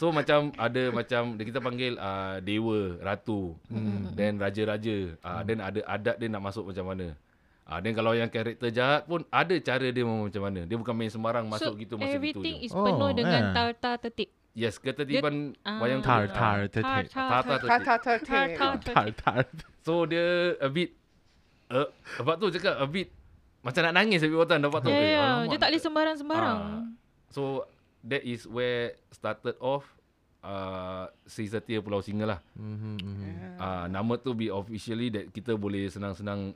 so macam ada macam dia- kita panggil uh, dewa, ratu, hmm. then raja-raja.
Hmm.
Ah, then ada adat dia nak masuk macam mana. Ah, then kalau yang karakter jahat pun ada cara dia mau macam mana. Dia bukan main sembarang masuk gitu masuk gitu
everything is
je.
penuh
Oh, eh.
dengan tata tertib.
Yes, ketertiban
Ah.
wayang Ah,
Tar tar
kulit.
Tar,
tertik.
tar,
Tata
tar,
tertib.
Tata
tar,
tertib.
tar,
Tar
tertib.
tar.
So dia a bit uh, sebab tu cakap a bit macam nak nangis every time dapat tu.
Ya,
Eh,
ya.
alamak,
Dia tak boleh sembarang-sembarang.
Ah, so that is where started off uh, Sri Setia Pulau Singa lah.
Mhm, mhm.
Ah, nama tu be officially that kita boleh senang-senang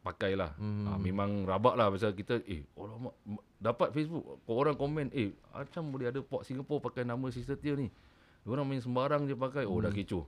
pakai lah. Mm. Ah, memang rabak lah pasal kita eh alamak m- dapat Facebook orang komen eh macam boleh ada port Singapore pakai nama Sister Tia ni. Diorang main sembarang je pakai. Oh mm. dah kecoh.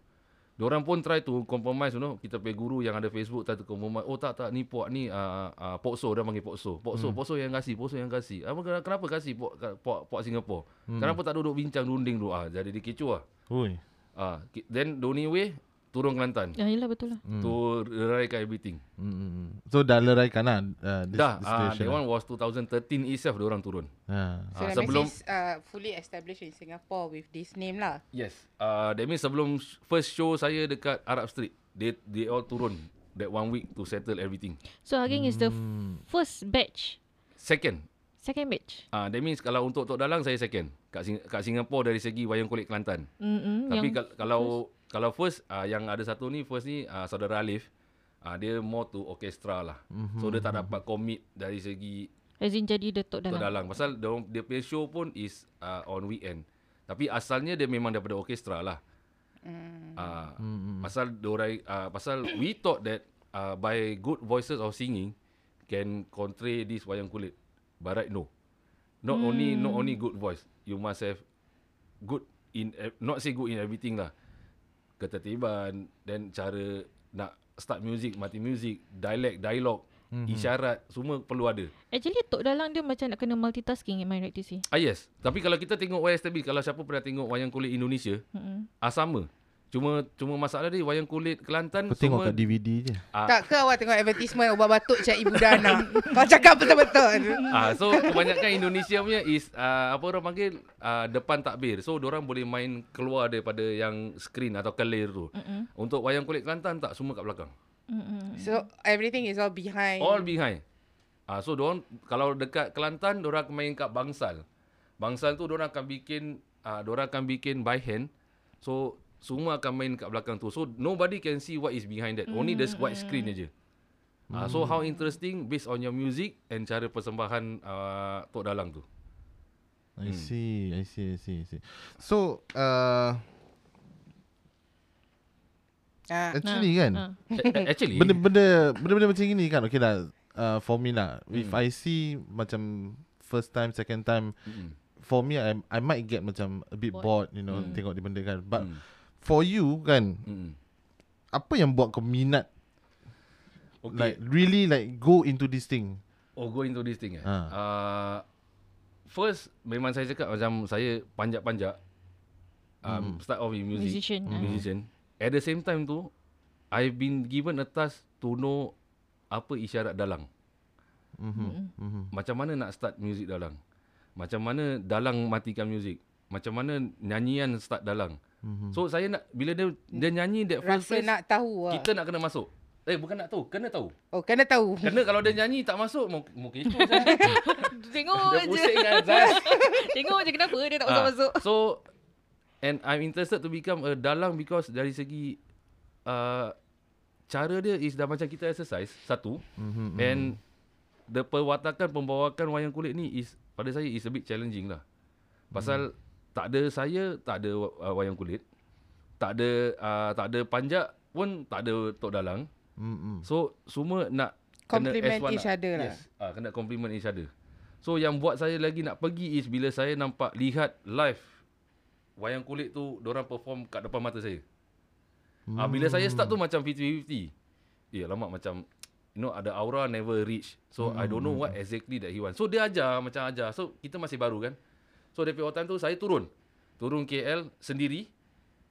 Diorang pun try to compromise you know. Kita pergi guru yang ada Facebook try to compromise. Oh tak tak ni port ni uh, uh, pokso dia panggil pokso. Pokso mm. pokso yang kasih, pokso yang kasih. Apa ken- kenapa kasih port port, port Singapore? Mm. Kenapa tak duduk bincang runding dulu ah jadi dia kecoh ah.
Ui.
Ah ki- then the only way turun Kelantan
Ya, yelah betul lah.
hmm. to raikan everything.
Mm, mm, mm. So dah leraikan lah uh, this,
Dah,
this
ah,
station.
that one was 2013 itself dia orang turun.
Ha.
So, that
Ah,
means
sebelum
it's, uh, fully established in Singapore with this name lah.
yes, uh, that means sebelum sh- first show saya dekat Arab Street, they they all turun that one week to settle everything.
So Ageng is the f-
Hmm.
first batch.
Second,
Second batch.
ah uh, that means kalau untuk Tok Dalang saya second kat Sing- kat Singapore dari segi wayang kulit Kelantan.
Mm-mm, Hmm, yang
Tapi kal- kalau kalau first uh, yang ada satu ni first ni uh, saudara Alif uh, dia more to orchestra lah. Mm-hmm. So dia tak dapat commit dari segi
as in jadi Datuk
Tok
Dalang.
Dalang pasal dia, orang- dia punya show pun is uh, on weekend. Tapi asalnya dia memang daripada orkestra lah. Mm. Uh, mm. Pasal diorang, uh, pasal we thought that uh, by good voices of singing can portray this wayang kulit. But right no. Not mm. only not only good voice. You must have good in ev- not say good in everything lah. Ketertiban dan cara nak start music, mati music, dialect, dialog, mm-hmm. isyarat semua perlu ada.
Actually Tok Dalang dia macam nak kena multitasking in my right to see.
Ah yes. Tapi kalau kita tengok YSTB, kalau siapa pernah tengok wayang kulit Indonesia,
Mm-mm.
ah sama. Cuma cuma masalah dia wayang kulit Kelantan
Kau tengok
semua
kat DVD je.
Ah.
Tak ke awak tengok advertisement ubat batuk Cik Ibu *laughs* Dana? Kau cakap betul-betul.
Ah so kebanyakan Indonesia punya is ah, apa orang panggil ah, depan takbir. So orang boleh main keluar daripada yang screen atau kelir tu.
Mm-mm.
Untuk wayang kulit Kelantan tak semua kat belakang.
Mm-mm.
So, everything is all behind.
All behind. Ah so diorang kalau dekat Kelantan diorang akan main kat bangsal. Bangsal tu diorang akan bikin ah diorang akan bikin by hand. So semua akan main kat belakang tu. So nobody can see what is behind that. Only the white screen aja. Ah so how interesting based on your music and cara persembahan ah Tok Dalang tu.
I see, I see, I see, I see. So, uh,
Ah,
actually kan,
Hmm.
ha.
A- Actually
benda-benda benda-benda macam gini kan okay lah uh, for me lah mm. if
Hmm.
I see macam first time second time
Mm.
for me I I might get macam a bit bored,
Bored.
you know
Mm.
tengok dia benda kan but
Mm.
for you kan
Mm.
apa yang buat kau minat
Okay.
like really like go into this thing
Oh go into this thing eh.
Ha.
Ha. Uh, first memang saya cakap macam saya panjat-panjat. Um, Start off in music.
Musician, ah.
Musician. At the same time tu, I've been given a task to know apa isyarat dalang.
mhm
Hmm.
mhm
Macam mana nak start music dalang. Macam mana dalang matikan music. Macam mana nyanyian start dalang.
mhm
So saya nak, bila dia, dia nyanyi that first
rasa
place,
nak tahu lah.
kita nak kena masuk. Eh bukan nak tahu, kena
*laughs*
tahu.
Oh, kena tahu.
Kena kalau dia nyanyi tak masuk, mau, mau
*laughs*
kecoh saya.
*laughs* Tengok
Dia
je.
pusing kan Zaz.
*laughs* Tengok je kenapa dia tak
Ah,
masuk-masuk.
So and I'm interested to become a dalang because dari segi uh, cara dia is dah macam kita exercise satu
Mhm,
mm-hmm. and the perwatakan pembawakan wayang kulit ni is pada saya is a bit challenging lah. Pasal tak ada saya, tak ada wa- uh, wayang kulit. Tak ada uh, tak ada panjat pun tak ada tok dalang.
mhm
So semua nak
*laughs* Complement
kena S1
each other lah.
Yes, ah, kena compliment each other. So yang buat saya lagi nak pergi is bila saya nampak lihat live wayang kulit tu orang perform kat depan mata saya.
mm-hmm.
Hmm. Ah, bila saya start tu macam 50-50. Ya lama macam you know ada aura never reach. So hmm. I don't know what exactly that he want. So dia ajar macam ajar. So kita masih baru kan. So dari time tu saya turun. Turun KL sendiri.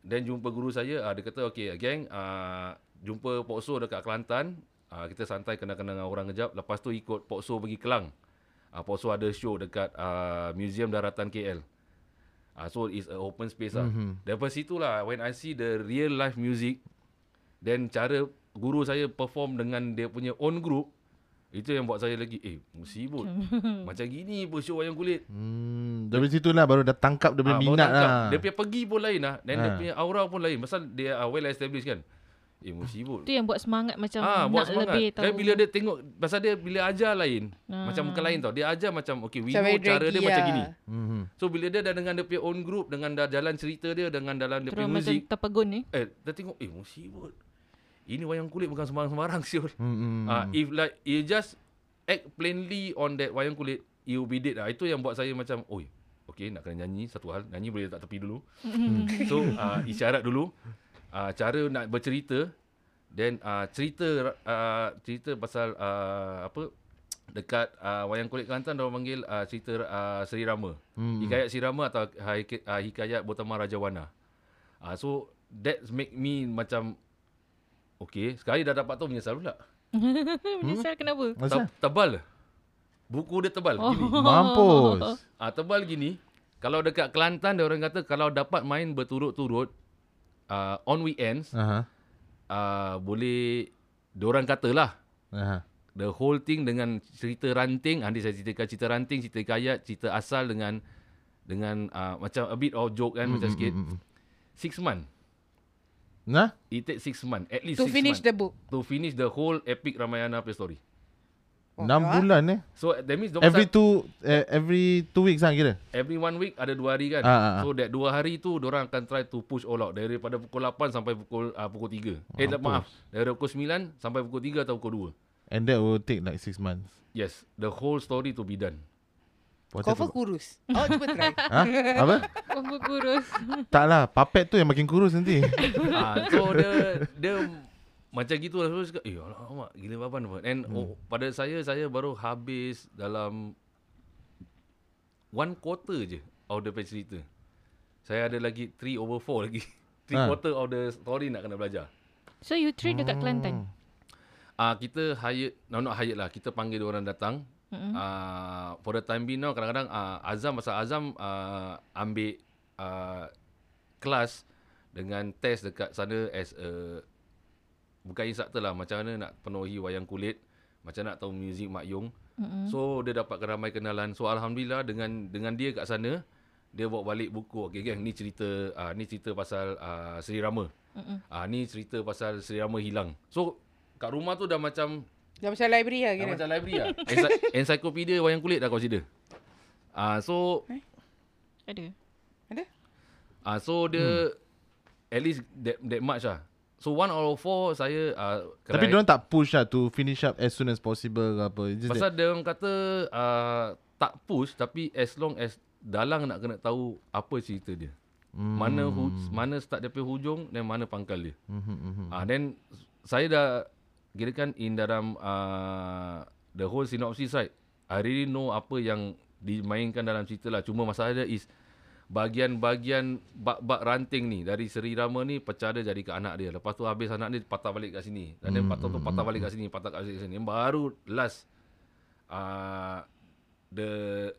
Then jumpa guru saya, uh, dia kata, okay, geng, uh, jumpa Pokso dekat Kelantan. Uh, kita santai kena-kena dengan orang kejap. Lepas tu ikut Pokso pergi Kelang. Uh, Pokso ada show dekat uh, Museum Daratan KL. Uh, so it's an open space lah. Mm-hmm. Daripada situ lah, when I see the real live music, then cara guru saya perform dengan dia punya own group, itu yang buat saya lagi, eh, musibut. Macam gini pun show wayang kulit.
Hmm, dari situ lah baru dah tangkap dia punya
Ah, baru
minat
tangkap.
lah.
Dia punya pergi pun lain lah. Dan dia
Ah.
punya aura pun lain. Pasal dia uh, well established kan. Eh musibut.
Tu yang buat semangat macam
Ah,
nak
buat semangat.
lebih tahu.
Kan bila dia tengok pasal dia bila ajar lain.
Ah.
Macam bukan lain tau. Dia ajar macam okay we
Macam
know
very
cara dia
draggy
macam
lah.
gini.
Mhm.
So bila dia dah dengan dia punya own group dengan dah jalan cerita dia dengan dalam dia
Terus
punya
macam
muzik.
terpegun ni. *laughs*
Eh dia tengok eh musibut. Ini wayang kulit bukan sembarang-sembarang *laughs* siul.
Mhm.
Ah, if like you just act plainly on that wayang kulit, you be dead lah. Itu yang buat saya macam, oi, okay nak kena nyanyi satu hal. Nyanyi boleh tak tepi dulu. *laughs* so uh, isyarat dulu. Uh, cara nak bercerita. Then uh, cerita uh, cerita pasal uh, apa dekat uh, wayang kulit Kelantan dia orang panggil uh, cerita uh, Sri Rama.
mm-hmm.
Hmm. Hikayat Sri Rama atau hik- uh, hikayat Botama Rajawana. Uh, so that make me macam okay, sekali dah dapat tu menyesal pula. Hmm?
Menyesal kenapa?
Asal?
Te- tebal. Buku dia tebal oh. gini.
*laughs*
*laughs*
Mampus.
Ah tebal gini. Kalau dekat Kelantan dia orang kata kalau dapat main berturut-turut uh, on weekends
Aha.
uh, boleh dia orang katalah
Aha.
the whole thing dengan cerita ranting ah, nanti saya ceritakan cerita ranting, cerita kayat, cerita asal dengan dengan uh, macam a bit of joke kan
Hmm,
mm, macam sikit. Mm, mm. Six month.
Nah?
It takes six month. At least
To
six
finish
month.
the book.
to finish the whole epic Ramayana punya story.
Oh,
Enam
ah.
bulan eh.
So that means dorang
Every two eh, every two weeks lah kira.
Every one week ada dua hari kan.
Ah, ah, ah.
So that dua hari tu orang akan try to push all out daripada pukul 8 sampai pukul uh, pukul 3. Eh tak, maaf, daripada pukul 9 sampai pukul 3 atau pukul
And that will take like six months.
2. Yes, the whole story to be
*laughs*
done.
Potter
Cover
tu-
*laughs*
kurus. Oh, cuba try.
Ha? Apa?
Mampu kurus.
tak lah. Papet tu yang makin kurus
*laughs*
nanti.
ah, so dia dia macam gitu lah terus cakap, "Eh, alamak, gila baban apa." And hmm. oh, pada saya saya baru habis dalam one quarter je of the page cerita. Saya ada lagi 3 over 4 lagi. *laughs* 3
Ah.
quarter of the story nak kena belajar.
So you train dekat Kelantan.
Ah uh, kita hire no not hire lah kita panggil orang datang. Ah mm-hmm. uh, for the time being now kadang-kadang uh, Azam masa Azam uh, ambil uh, kelas dengan test dekat sana as a bukan instructor lah macam mana nak penuhi wayang kulit, macam nak tahu muzik Mak Yong. Mm-hmm. So dia dapat ramai kenalan. So alhamdulillah dengan dengan dia kat sana dia bawa balik buku okey geng ni cerita uh, ni cerita pasal uh, Sri Rama. Mm-hmm. Uh, ni cerita pasal Sri Rama hilang. So kat rumah tu dah macam
Dah macam library lah
dah
kira.
macam library lah. Ensa- encyclopedia wayang kulit dah consider. Ah uh, so
Ada.
Ada?
Ah uh, so dia hmm. at least that that much lah. So 104 saya uh,
Tapi diorang tak push lah to finish up as soon as possible ke apa. It's Just
pasal dia orang kata uh, tak push tapi as long as dalang nak kena tahu apa cerita dia. Hmm. Mana hu, mana start daripada hujung dan mana pangkal dia.
that. Mhm, mhm.
Ah then saya dah kirakan in dalam uh, the whole synopsis right. I really know apa yang dimainkan dalam cerita lah. Cuma masalah dia is bahagian-bahagian bak-bak ranting ni dari Seri Rama ni pecah dia jadi ke anak dia. Lepas tu habis anak dia patah balik kat sini. Dan then patah tu patah balik kat sini, patah kat sini, sini. Baru last uh, the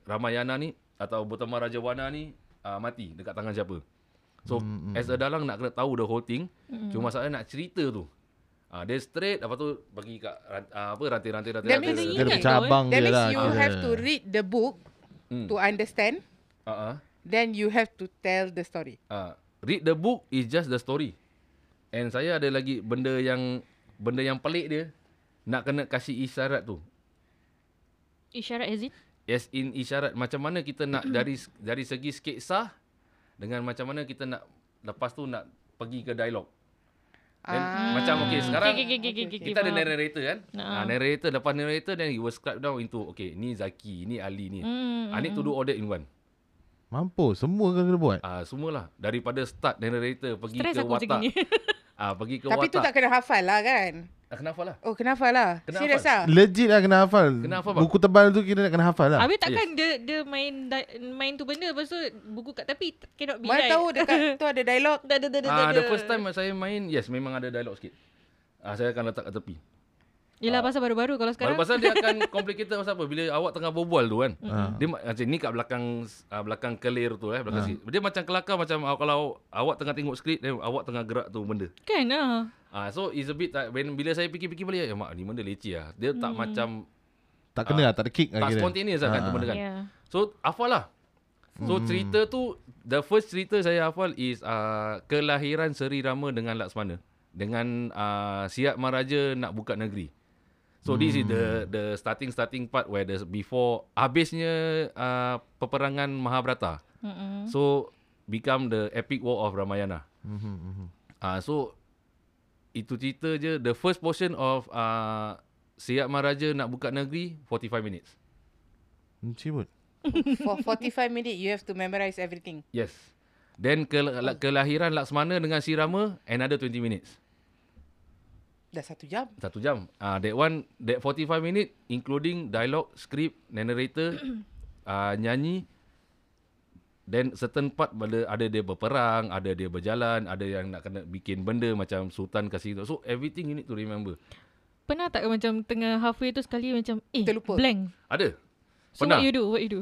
Ramayana ni atau Butama Raja Wana ni uh, mati dekat tangan siapa. So mm, as a dalang nak kena tahu the whole thing. Mm.
Hmm.
Cuma masalah nak cerita tu. Ah uh, dia straight lepas tu bagi kat uh, apa ranting-ranting-ranting.
That
ranting,
Dia
means-
ada
Ingat
eh.
cabang
That
dia
means
lah.
you
kira.
have to read the book
Hmm.
to understand.
uh-huh.
Then you have to tell the story.
uh, read the book is just the story. And saya ada lagi benda yang benda yang pelik dia nak kena kasih isyarat tu.
Isyarat as in?
As in isyarat macam mana kita nak dari dari segi sketsa dengan macam mana kita nak lepas tu nak pergi ke dialog. Dan
Ah.
macam okey sekarang
Mm. Okay, okay, okay, okay, okay,
kita ada
faham.
narrator kan?
Ah.
Ah narrator lepas narrator then you will scribe down into okay ni Zaki, ni Ali ni.
Hmm,
I need to do all that in one.
Mampu, semua kau kena buat.
Ah semualah daripada start narrator pergi
Stress
ke
aku macam
watak.
ni. *laughs*
Ah pergi ke
Tapi tu
watak.
tak kena hafal lah kan?
Ah, kena hafal lah.
Oh, kena hafal lah.
Kena
Serius
hafal.
lah.
Legit lah kena hafal.
Kena hafal, bang.
Buku tebal tu kira nak kena hafal lah.
Habis takkan dia dia main da- main tu benda lepas tu buku kat tepi t- cannot be
Mana
right.
tahu dekat tu ada *laughs* dialog.
*laughs* Dah, dah, dah, dah,
Ah,
dah,
the
dah.
first time saya main, yes memang ada dialog sikit. Ah, saya akan letak kat tepi.
Yelah
Ah.
pasal baru-baru kalau sekarang
Baru pasal dia akan complicated pasal apa? Bila awak tengah berbual tu kan.
Ah.
Dia ma- macam ni kat belakang ah, belakang kelir tu eh, belakang sikit. Dia macam kelakar macam ah, kalau awak tengah tengok skrip dan awak tengah gerak tu benda.
Kan ah.
Ah, so it's a bit like, when bila saya fikir-fikir balik, ya mak ni benda leceh lah. Dia tak macam
Tak kena lah, tak ada kick lah
tak
kira.
spontaneous lah kan tu benda kan.
Yeah.
So hafal lah. So cerita tu the first cerita saya hafal is uh, kelahiran Seri Rama dengan Laksmana dengan uh, Siap Maharaja nak buka negeri. So this is the the starting starting part where the before habisnya uh, peperangan Mahabharata.
Mm-mm.
So become the epic war of Ramayana.
Mhm, mhm.
Ah uh, so itu cerita je the first portion of uh, Siap Maharaja nak buka negeri 45 minutes.
Hmm, Cibut.
For 45 minutes, you have to memorize everything.
Yes. Then ke, la- kelahiran Laksmana dengan si Rama another 20 minutes.
Dah satu jam.
Satu jam. Ah uh, that one that 45 minute including dialogue, script, narrator, uh, nyanyi then certain part bila ada dia berperang, ada dia berjalan, ada yang nak kena bikin benda macam sultan kasih tu. So everything you need to remember.
Pernah tak macam tengah halfway tu sekali macam eh
Terlupa.
blank.
Ada.
So
Pernah.
what you do? What you do?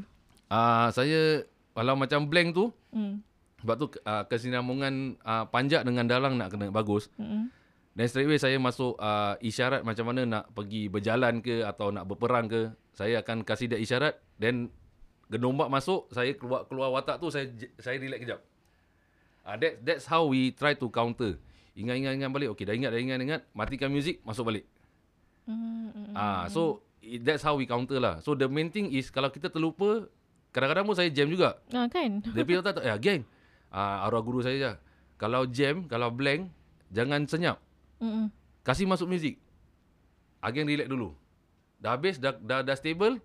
Ah uh, saya kalau macam blank tu
Hmm.
sebab tu uh, kesinambungan uh, panjat dengan dalang nak kena bagus.
Mm-mm.
Dan straight away saya masuk uh, isyarat macam mana nak pergi berjalan ke atau nak berperang ke. Saya akan kasih dia isyarat then genombak masuk, saya keluar keluar watak tu saya j- saya relax kejap. Ah uh, that that's how we try to counter. Ingat ingat ingat balik. Okey, dah ingat dah ingat ingat, matikan muzik, masuk balik.
Mm-mm.
Ah so it, that's how we counter lah. So the main thing is kalau kita terlupa, kadang-kadang pun saya jam juga.
Ah kan.
Dia pergi tak ya geng. Ah arwah guru saya je. Kalau jam, kalau blank, jangan senyap.
Mm-mm.
Kasih masuk muzik. Agen relax dulu. Dah habis, dah, dah, dah stable,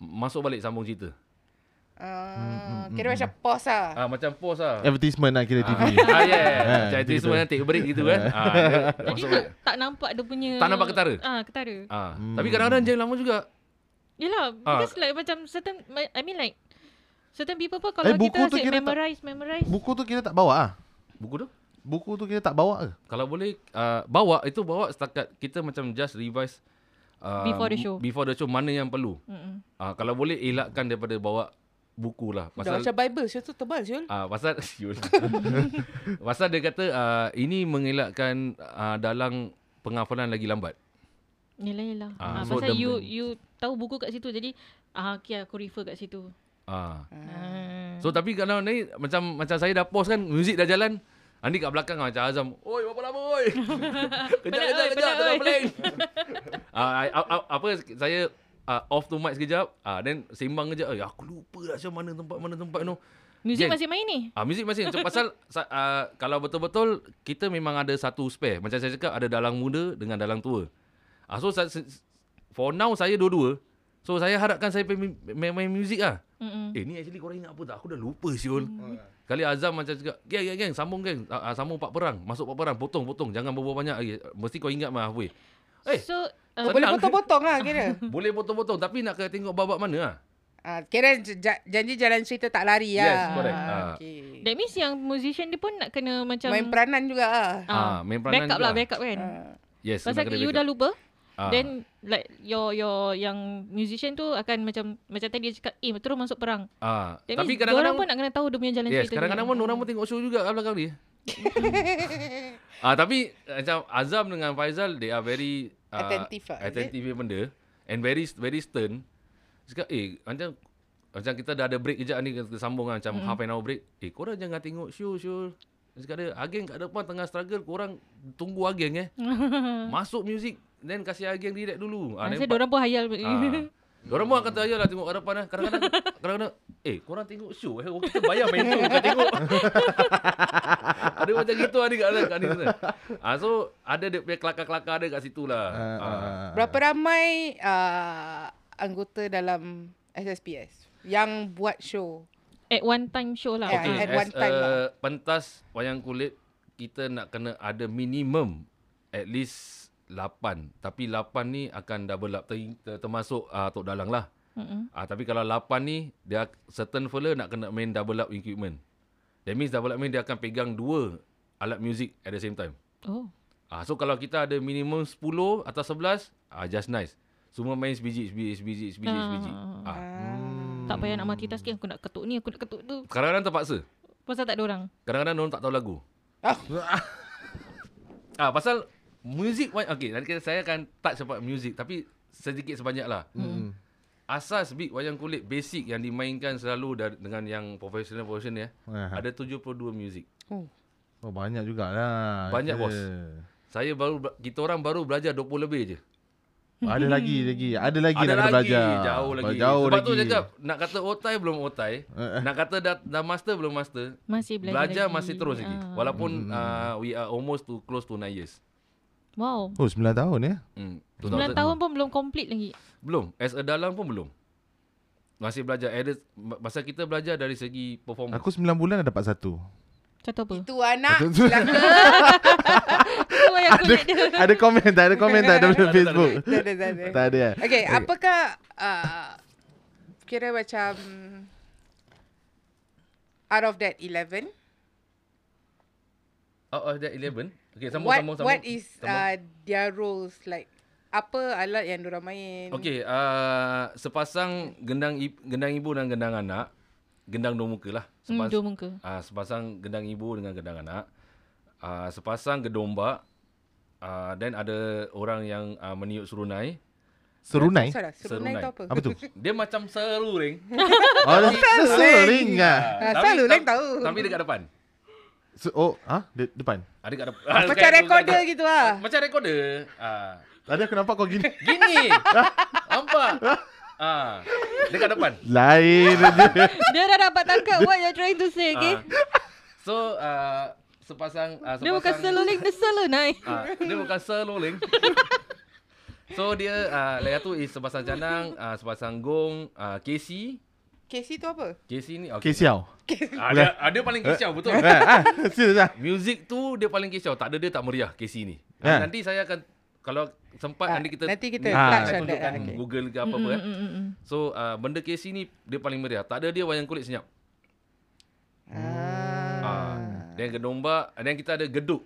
masuk balik sambung cerita.
Uh, kira macam pause lah.
Ah, macam pause lah.
Advertisement lah kira TV. *laughs*
Ah, yeah.
Ah,
Macam itu
gitu.
semua take break gitu kan. Ah, dia
Jadi
masuk
tak,
balik.
tak nampak dia punya
Tak nampak ketara?
Ah ketara.
Ah, Tapi kadang-kadang jam lama juga.
Yelah
Ah.
because like macam certain I mean like certain people pun
Eh,
kalau
buku
kita
tu
asyik
kira tak-
memorize memorize
Buku tu kira tak bawa ah.
Buku tu?
Buku tu kira tak bawa ke?
Kalau boleh, ah, bawa. Itu bawa setakat kita macam just revise. ah,
Before the show.
Before the show, mana yang perlu.
Mm-mm.
Ah, kalau boleh, elakkan daripada bawa buku lah.
Dah macam Bible, siul tu tebal siul.
Ah uh, pasal *laughs* Yul. pasal dia kata uh, ini mengelakkan uh, dalang penghafalan lagi lambat.
Yelah yelah ah,
Ah, so
Pasal
the-
you you tahu buku kat situ Jadi ah, okay, aku refer kat situ
Ah. Uh.
ah.
So tapi kalau ni macam macam saya dah pause kan muzik dah jalan. Andi kat belakang macam Azam, "Oi, berapa lama
*laughs*
oi?"
Penat,
kejap kejap
oi, *laughs*
kejap
penat,
tengah
oi."
blank. Ah I- a- a- apa saya uh, off to mic sekejap. Ah uh, then sembang kejap. Eh, aku lupa dah macam mana tempat mana tempat no.
Muzik
Jen.
masih main ni?
Ah muzik masih macam pasal sa- ah, kalau betul-betul kita memang ada satu spare. Macam saya cakap ada dalang muda dengan dalang tua. Ah so sa- se- for now saya dua-dua. So saya harapkan saya main, main, main muzik lah.
Mm-mm.
Eh ni actually korang ingat apa tak? Aku dah lupa siul. Kali Azam macam cakap, geng, geng, geng, sambung geng. Ah, ah, sambung pak perang. Masuk pak perang. Potong, potong. Jangan berbual banyak lagi. Mesti kau ingat mah
*laughs*
halfway. Eh,
So, uh,
Boleh
Senang.
potong-potong lah kira. *laughs*
boleh potong-potong. Tapi nak kena tengok babak mana lah.
Ah, kira j- ja- janji jalan cerita tak lari
Yes,
lah.
correct.
Ah,
Ah.
okay.
that means yang musician dia pun nak kena macam
Main peranan juga lah.
Ah, main peranan
backup
juga.
lah, backup kan.
Ah.
Yes,
Pasal
kena kena
you
backup.
dah lupa,
Ah.
then like your your yang musician tu akan macam macam tadi dia cakap, eh terus masuk perang.
Ah,
That
tapi
means kadang-kadang
kadang-kadang
pun nak kena tahu dia punya jalan
Yes,
cerita.
kadang-kadang pun orang pun tengok show juga kat belakang
*laughs*
dia. ah, tapi macam Azam dengan Faizal they are very ah,
Attentive lah, is it?
attentive punya benda and very very stern. Cakap eh macam macam kita dah ada break kejap ni kita sambung lah, macam mm. half an hour break. Eh korang jangan tengok show show. Dia Cakap dia Ageng kat depan tengah struggle korang tunggu
*laughs*
Ageng eh. Masuk music then kasih Ageng relax dulu.
Ah,
then
Saya
pa-
orang pun hayal.
Ah. *laughs* Diorang pun akan terayal lah tengok kat depan lah. Kadang-kadang, kadang-kadang, eh korang tengok show eh. Orang Kita bayar main show, bukan tengok. ada macam gitu ada kat, kat ni. sana. Ah, so, ada dia punya kelakar-kelakar ada kat situ lah.
Ah,
Ah,
ah, ah.
Berapa ramai ah, anggota dalam SSPS yang buat show?
*laughs* At one time show lah.
Yeah,
Okay,
at
as
one time
a
lah.
pentas wayang kulit, kita nak kena ada minimum at least 8. Tapi 8 ni akan double up ter, ter, termasuk uh, Tok Dalang lah.
Mm-mm.
Ah tapi kalau 8 ni dia certain fella nak kena main double up equipment. That means double up main dia akan pegang dua alat music at the same time.
Oh.
Ah so kalau kita ada minimum 10 atau 11, ah just nice. Semua main sebiji sebiji sebiji sebiji sebiji.
Hmm.
Ah
Tak payah nak multitasking. Aku nak ketuk ni, aku nak ketuk tu.
kadang-kadang kan terpaksa.
Pasal tak ada orang.
Kadang-kadang orang tak tahu lagu.
Ah.
*laughs* Ah pasal music okey nanti kita- saya akan touch about music tapi sedikit sebanyaklah.
Hmm.
Asas big wayang kulit basic yang dimainkan selalu dar- dengan yang professional version ya.
Aha.
Ada 72 music.
Oh.
ha. Oh banyak jugalah.
Banyak,
Kita.
bos. Saya baru bela- kita orang baru belajar 20 lebih je.
Oh, Ada lagi lagi. Ada lagi nak
Ada
kena
lagi
belajar.
jauh lagi.
Jauh
Sebab
lagi. Eh,
tu cakap nak kata otai belum otai, nak kata dah, dah master belum master.
Masih belajar
Belajar,
lagi.
masih terus lagi.
Ah.
Walaupun
Hmm,
uh, we are almost to close to 9 years.
Wow.
Oh 9 tahun ya.
Hmm.
9 tahun pun belum complete lagi.
Belum. As a dalang pun belum. Masih belajar. Ada, masa kita belajar dari segi performance.
Aku 9 bulan dah dapat satu.
Contoh apa?
Itu anak.
Betul.
*laughs* Silakan.
Itu yang aku
ada,
nak *laughs* dia.
ada komen tak? Ada komen tak dalam Facebook?
Tak ada, tak ada.
Tak ada eh?
Okay, apakah uh, kira macam out of that 11,
Out of that 11. Okay, sambung,
what
sambung, sambung.
what is
Sambung.
uh, their roles like? Apa alat yang diorang main?
Okey, uh, sepasang gendang i- gendang ibu dan gendang anak, gendang dua muka lah.
Hmm,
Sepas,
dua muka.
uh, sepasang gendang ibu dengan gendang anak. Uh, sepasang gedombak. Uh, then ada orang yang uh, meniup serunai.
Serunai?
Salah, serunai
Serunai.
tu apa?
*laughs* Apa tu?
Dia macam
*laughs*
seruling.
Oh, dah dah seruling ah.
Ah, seruling tahu.
Tapi dekat depan.
Se- Oh, ah, de- depan.
Ada dekat depan. *laughs*
Macam recorder gitu lah.
Macam recorder. Uh,
Tadi aku nampak kau gini.
gini. Nampak? Ah, dekat depan.
Lain *laughs* dia.
Dia dah dapat tangkap what you're trying to say, okay?
Ah. So, uh, sepasang uh, sepasang
Dia bukan *laughs* seluling, dia selunai.
Ah, dia bukan
*laughs*
seluling. So dia uh, layer tu is sepasang canang, uh, sepasang gong, uh, KC.
Casey tu apa?
KC ni
Okay,
okay.
siau.
Ah, dia, ah, dia paling kisiau betul.
Ah, ah, serius ah.
Music tu dia paling kisiau. Tak ada dia tak meriah KC ni.
Ah.
Ah, nanti saya akan kalau sempat
Ah,
nanti kita
nanti kita
Ah,
touch
saya
on that,
tunjukkan
ah, okay.
Google ke apa apa eh. So uh, benda KC ni dia paling meriah. Tak ada dia wayang kulit senyap. Ah. Dan gedombak, dan kita ada geduk.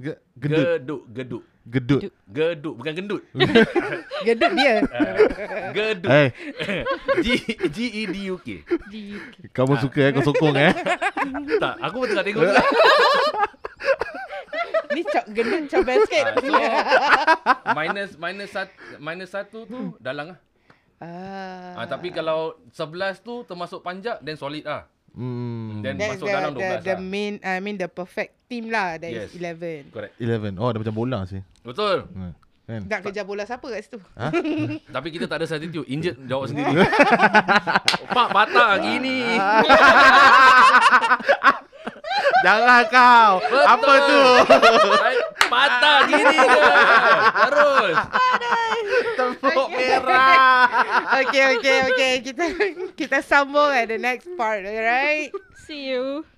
Ge- Gendut.
Geduk, geduk.
Gedut.
Geduk, bukan
*laughs*
gendut.
Gedut dia.
Geduk.
Eh,
*laughs* G G E D U K.
kamu suka eh, kau sokong *laughs* eh.
Tak, aku pun tengah
*laughs*
tengok juga.
Ni cok gedut cok basket.
Ah, so, minus minus satu, minus satu tu dalang lah. Ah,
Ah.
tapi kalau sebelas tu termasuk panjak, then solid lah.
Hmm.
Then
That's
masuk
the,
dalam dua
the,
belas
the
lah.
main, I mean the perfect team lah. That
Yes.
is 11.
Correct.
11. Oh, dah macam bola sih.
Betul.
Hmm. Kan?
Nak kejar bola siapa kat situ?
Tapi kita tak ada substitute.
*laughs*
Injet jawab sendiri. Pak patah gini.
Jangan kau.
Betul.
Apa tu?
patah gini ke? Terus.
Tepuk *laughs* merah.
*laughs* okay, okay, okay. Kita kita sambung at the next part, alright?
See you.